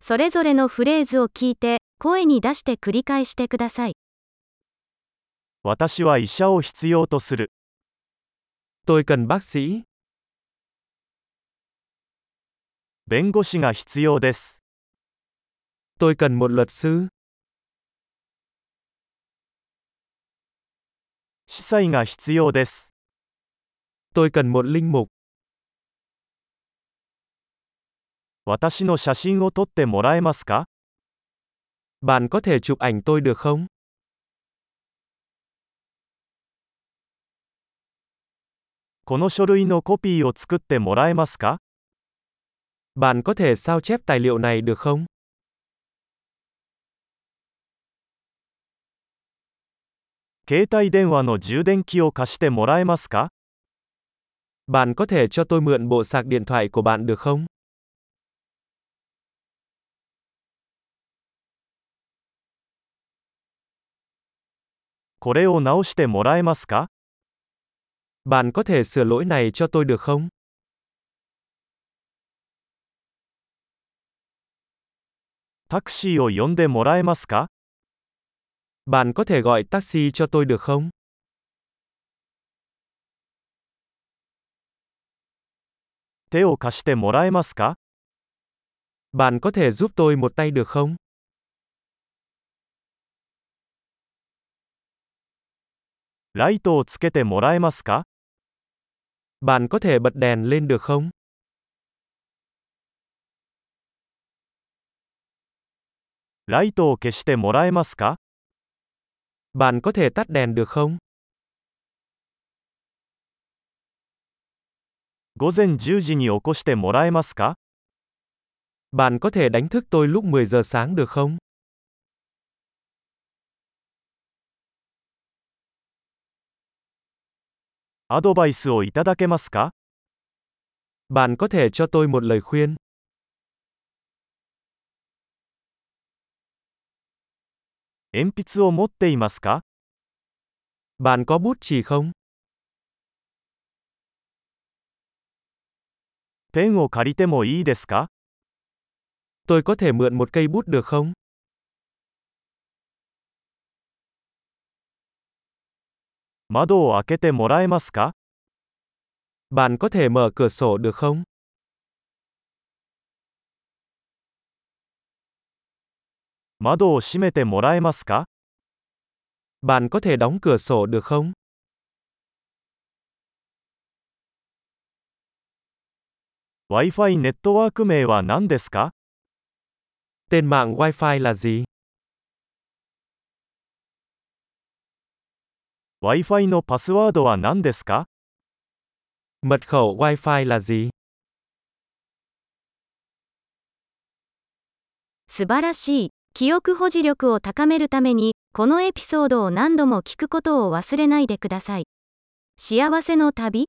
それぞれのフレーズを聞いて、声に出して繰り返してください。私は医者を必要とする。 Tôi cần bác sĩ, 弁護士が必要です。 tôi cần một luật sư, 司祭が必要です。 tôi cần một linh mục, 私の写真を撮ってもらえますか bạn có thể chụp ảnh tôi được không? この書類のコピーを作ってもらえますか Bạn có thể sao chép tài liệu này được không? 携帯電話の充電器を貸してもらえますか Bạn có thể cho tôi mượn bộ sạc điện thoại của bạn được không? これを直してもらえますか Bạn có thể sửa lỗi này cho tôi được không? タクシーを呼んでもらえますか Bạn có thể gọi taxi cho tôi được không? 手を貸してもらえますか Bạn có thể giúp tôi một tay được không? ライトをつけてもらえますか Bạn có thể bật đèn lên được không? ライトを消してもらえますか Bạn có thể tắt đèn được không? 午前10時に起こしてもらえますか Bạn có thể đánh thức tôi lúc 10 giờ sáng được không? アドバイスをいただけますか Bạn có thể cho tôi một lời khuyên, 鉛筆を持っていますか bạn có bút chì không? ペンを借りてもいいですか Tôi có thể mượn một cây bút được không? 窓を開けてもらえますか Bạn có thể mở cửa sổ được không? 窓を閉めてもらえますか Bạn có thể đóng cửa sổ được không? ？Wi-Fi ネットワーク名は何ですか Tên mạng Wi-Fi là gì? ?Wi-Fi のパスワードは何ですか Mật khẩu Wi-Fi là gì? 素晴らしい。記憶保持力を高めるために、このエピソードを何度も聞くことを忘れないでください。幸せの旅